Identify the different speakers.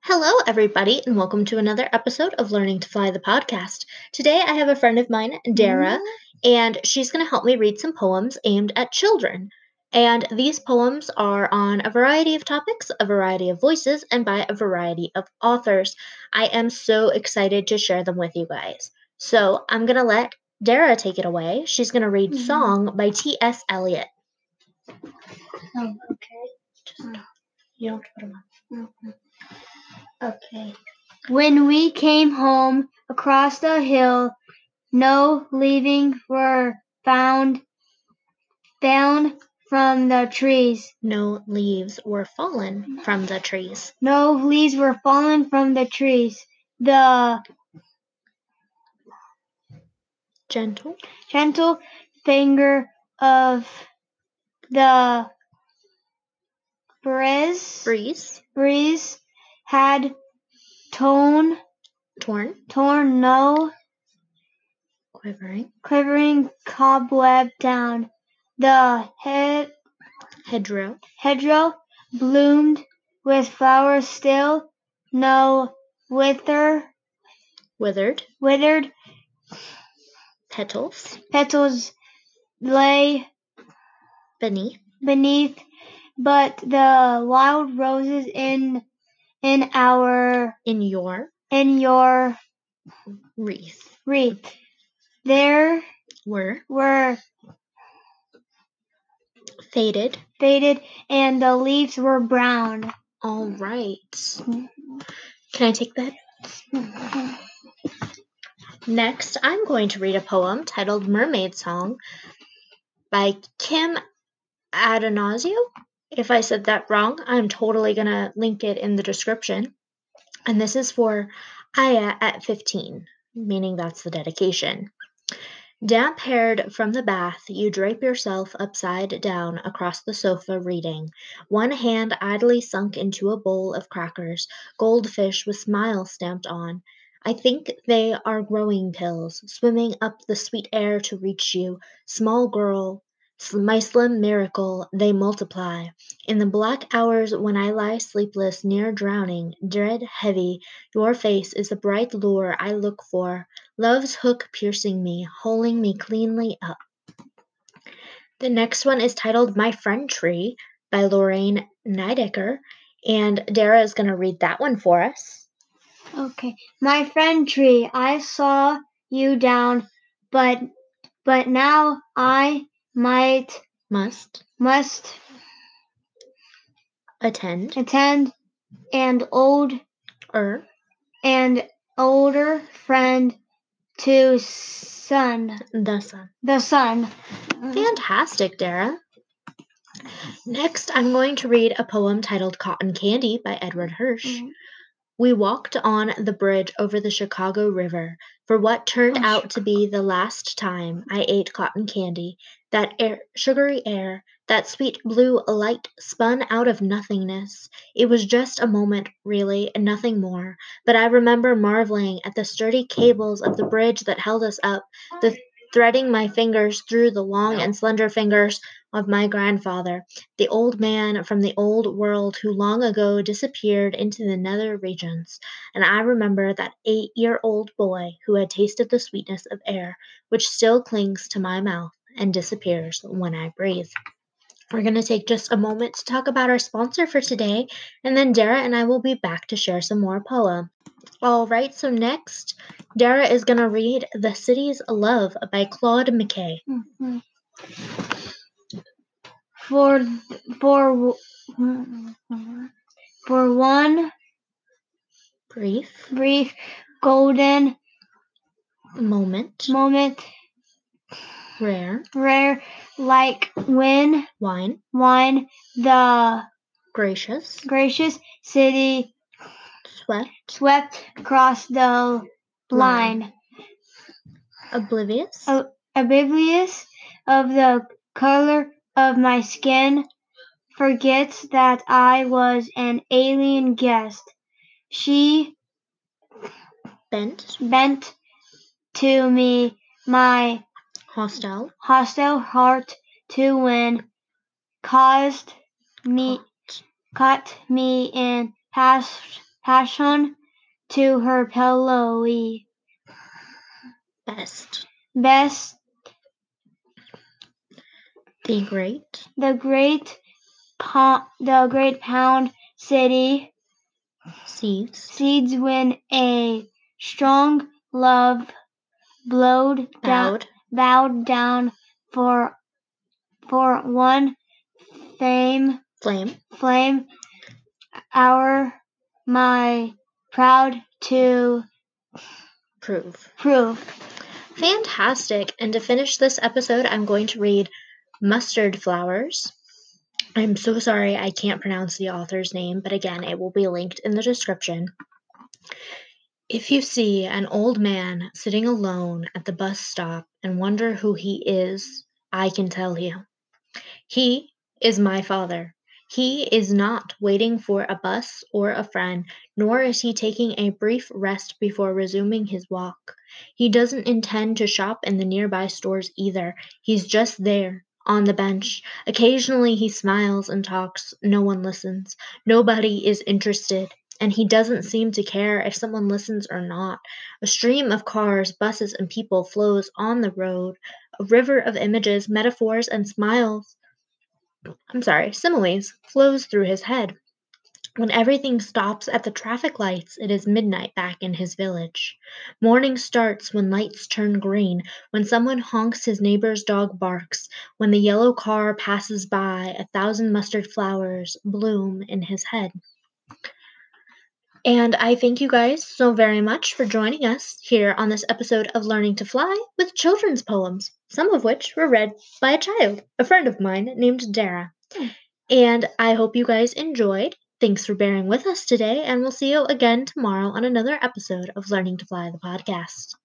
Speaker 1: Hello, everybody, and welcome to another episode of Learning to Fly the podcast. Today, I have a friend of mine, Dara, and she's going to help me read some poems aimed at children. And these poems are on a variety of topics, a variety of voices, and by a variety of authors. I am so excited to share them with you guys. So, I'm going to let Dara take it away. She's going to read
Speaker 2: Mhm.
Speaker 1: Song by T.S. Eliot.
Speaker 2: Oh, okay.
Speaker 1: You don't have to put 'em Mm-hmm. on.
Speaker 2: Okay. Mm-hmm. When we came home across the hill, no leaving were found down from the trees.
Speaker 1: No leaves were fallen from the trees.
Speaker 2: No leaves were fallen from the trees. The
Speaker 1: Gentle
Speaker 2: gentle finger of the breeze,
Speaker 1: breeze,
Speaker 2: breeze had torn
Speaker 1: torn,
Speaker 2: torn no
Speaker 1: quivering,
Speaker 2: quivering cobweb down. The head
Speaker 1: hedgerow,
Speaker 2: hedgerow bloomed with flowers still, no wither
Speaker 1: withered,
Speaker 2: withered
Speaker 1: petals,
Speaker 2: petals lay
Speaker 1: beneath,
Speaker 2: beneath, but the wild roses in in our
Speaker 1: in your
Speaker 2: in your
Speaker 1: wreath,
Speaker 2: wreath. There
Speaker 1: were
Speaker 2: were
Speaker 1: faded.
Speaker 2: faded and the leaves were brown.
Speaker 1: All right. Can I take that? Next, I'm going to read a poem titled Mermaid Song by Kim Adonazio. If I said that wrong, I'm totally going to link it in the description. And this is for Aya at 15, meaning that's the dedication. Damp haired from the bath, you drape yourself upside down across the sofa reading, one hand idly sunk into a bowl of crackers, goldfish with smile stamped on. I think they are growing pills, swimming up the sweet air to reach you, small girl. s- My slim miracle, they multiply. In the black hours when I lie sleepless, near drowning, dread heavy, your face is the bright lure I look for, love's hook piercing me, holding me cleanly up. The next one is titled My Friend Tree by Lorraine Nidecker, and Dara is going to read that one for us.
Speaker 2: Okay. My friend tree, I saw you down, but but now I might
Speaker 1: Must
Speaker 2: must
Speaker 1: attend
Speaker 2: attend an old
Speaker 1: er
Speaker 2: and older friend to son
Speaker 1: the sun.
Speaker 2: the son. Mm-hmm.
Speaker 1: Fantastic, Dara. Next, I'm going to read a poem titled Cotton Candy by Edward Hirsch.
Speaker 2: Mm-hmm.
Speaker 1: We walked on the bridge over the Chicago River for what turned
Speaker 2: Oh,
Speaker 1: out to be the last time I ate cotton candy. That air, sugary air, that sweet blue light spun out of nothingness. It was just a moment, really, and nothing more. But I remember marveling at the sturdy cables of the bridge that held us up, the threading my fingers through the long and slender fingers of my grandfather the old man from the old world who long ago disappeared into the nether regions, and I remember that eight year old boy who had tasted the sweetness of air, which still clings to my mouth and disappears when I breathe. We're going to take just a moment to talk about our sponsor for today, and then Dara and I will be back to share some more poem. All right, so next, Dara is going to read The City's Love by Claude McKay.
Speaker 2: Mhm. For for for one
Speaker 1: Brief
Speaker 2: brief golden
Speaker 1: moment,
Speaker 2: moment
Speaker 1: rare
Speaker 2: rare like when
Speaker 1: wine.
Speaker 2: wine the
Speaker 1: gracious,
Speaker 2: gracious city
Speaker 1: swept,
Speaker 2: swept across the line,
Speaker 1: oblivious,
Speaker 2: Oh. oblivious of the color of my skin, forgets that I was an alien guest. She
Speaker 1: bent,
Speaker 2: bent to me my
Speaker 1: hostile,
Speaker 2: hostile heart to win, caused me cut me in past passion to her pillowy
Speaker 1: Best.
Speaker 2: best
Speaker 1: The great.
Speaker 2: the great po- the great pound city
Speaker 1: Seized.
Speaker 2: seeds when a strong love blowed down
Speaker 1: Bowed.
Speaker 2: bowed down for for one fame
Speaker 1: Flame.
Speaker 2: flame our my proud to
Speaker 1: Prove.
Speaker 2: prove
Speaker 1: Fantastic. And to finish this episode, I'm going to read Mustard Flowers. I'm so sorry I can't pronounce the author's name, but again, it will be linked in the description. If you see an old man sitting alone at the bus stop and wonder who he is, I can tell you. He is my father. He is not waiting for a bus or a friend, nor is he taking a brief rest before resuming his walk. He doesn't intend to shop in the nearby stores either. He's just there, on the bench. Occasionally he smiles and talks. No one listens. Nobody is interested. And he doesn't seem to care if someone listens or not. A stream of cars, buses, and people flows on the road. A river of images, metaphors, and smiles. I'm sorry, similes flows through his head. When everything stops at the traffic lights, it is midnight back in his village. Morning starts when lights turn green, when someone honks his neighbor's dog barks, when the yellow car passes by, a thousand mustard flowers bloom in his head. And I thank you guys so very much for joining us here on this episode of Learning to Fly with children's poems, some of which were read by a child, a friend of mine named Dara.
Speaker 2: Hmm.
Speaker 1: And I hope you guys enjoyed. Thanks for bearing with us today, and we'll see you again tomorrow on another episode of Learning to Fly the podcast.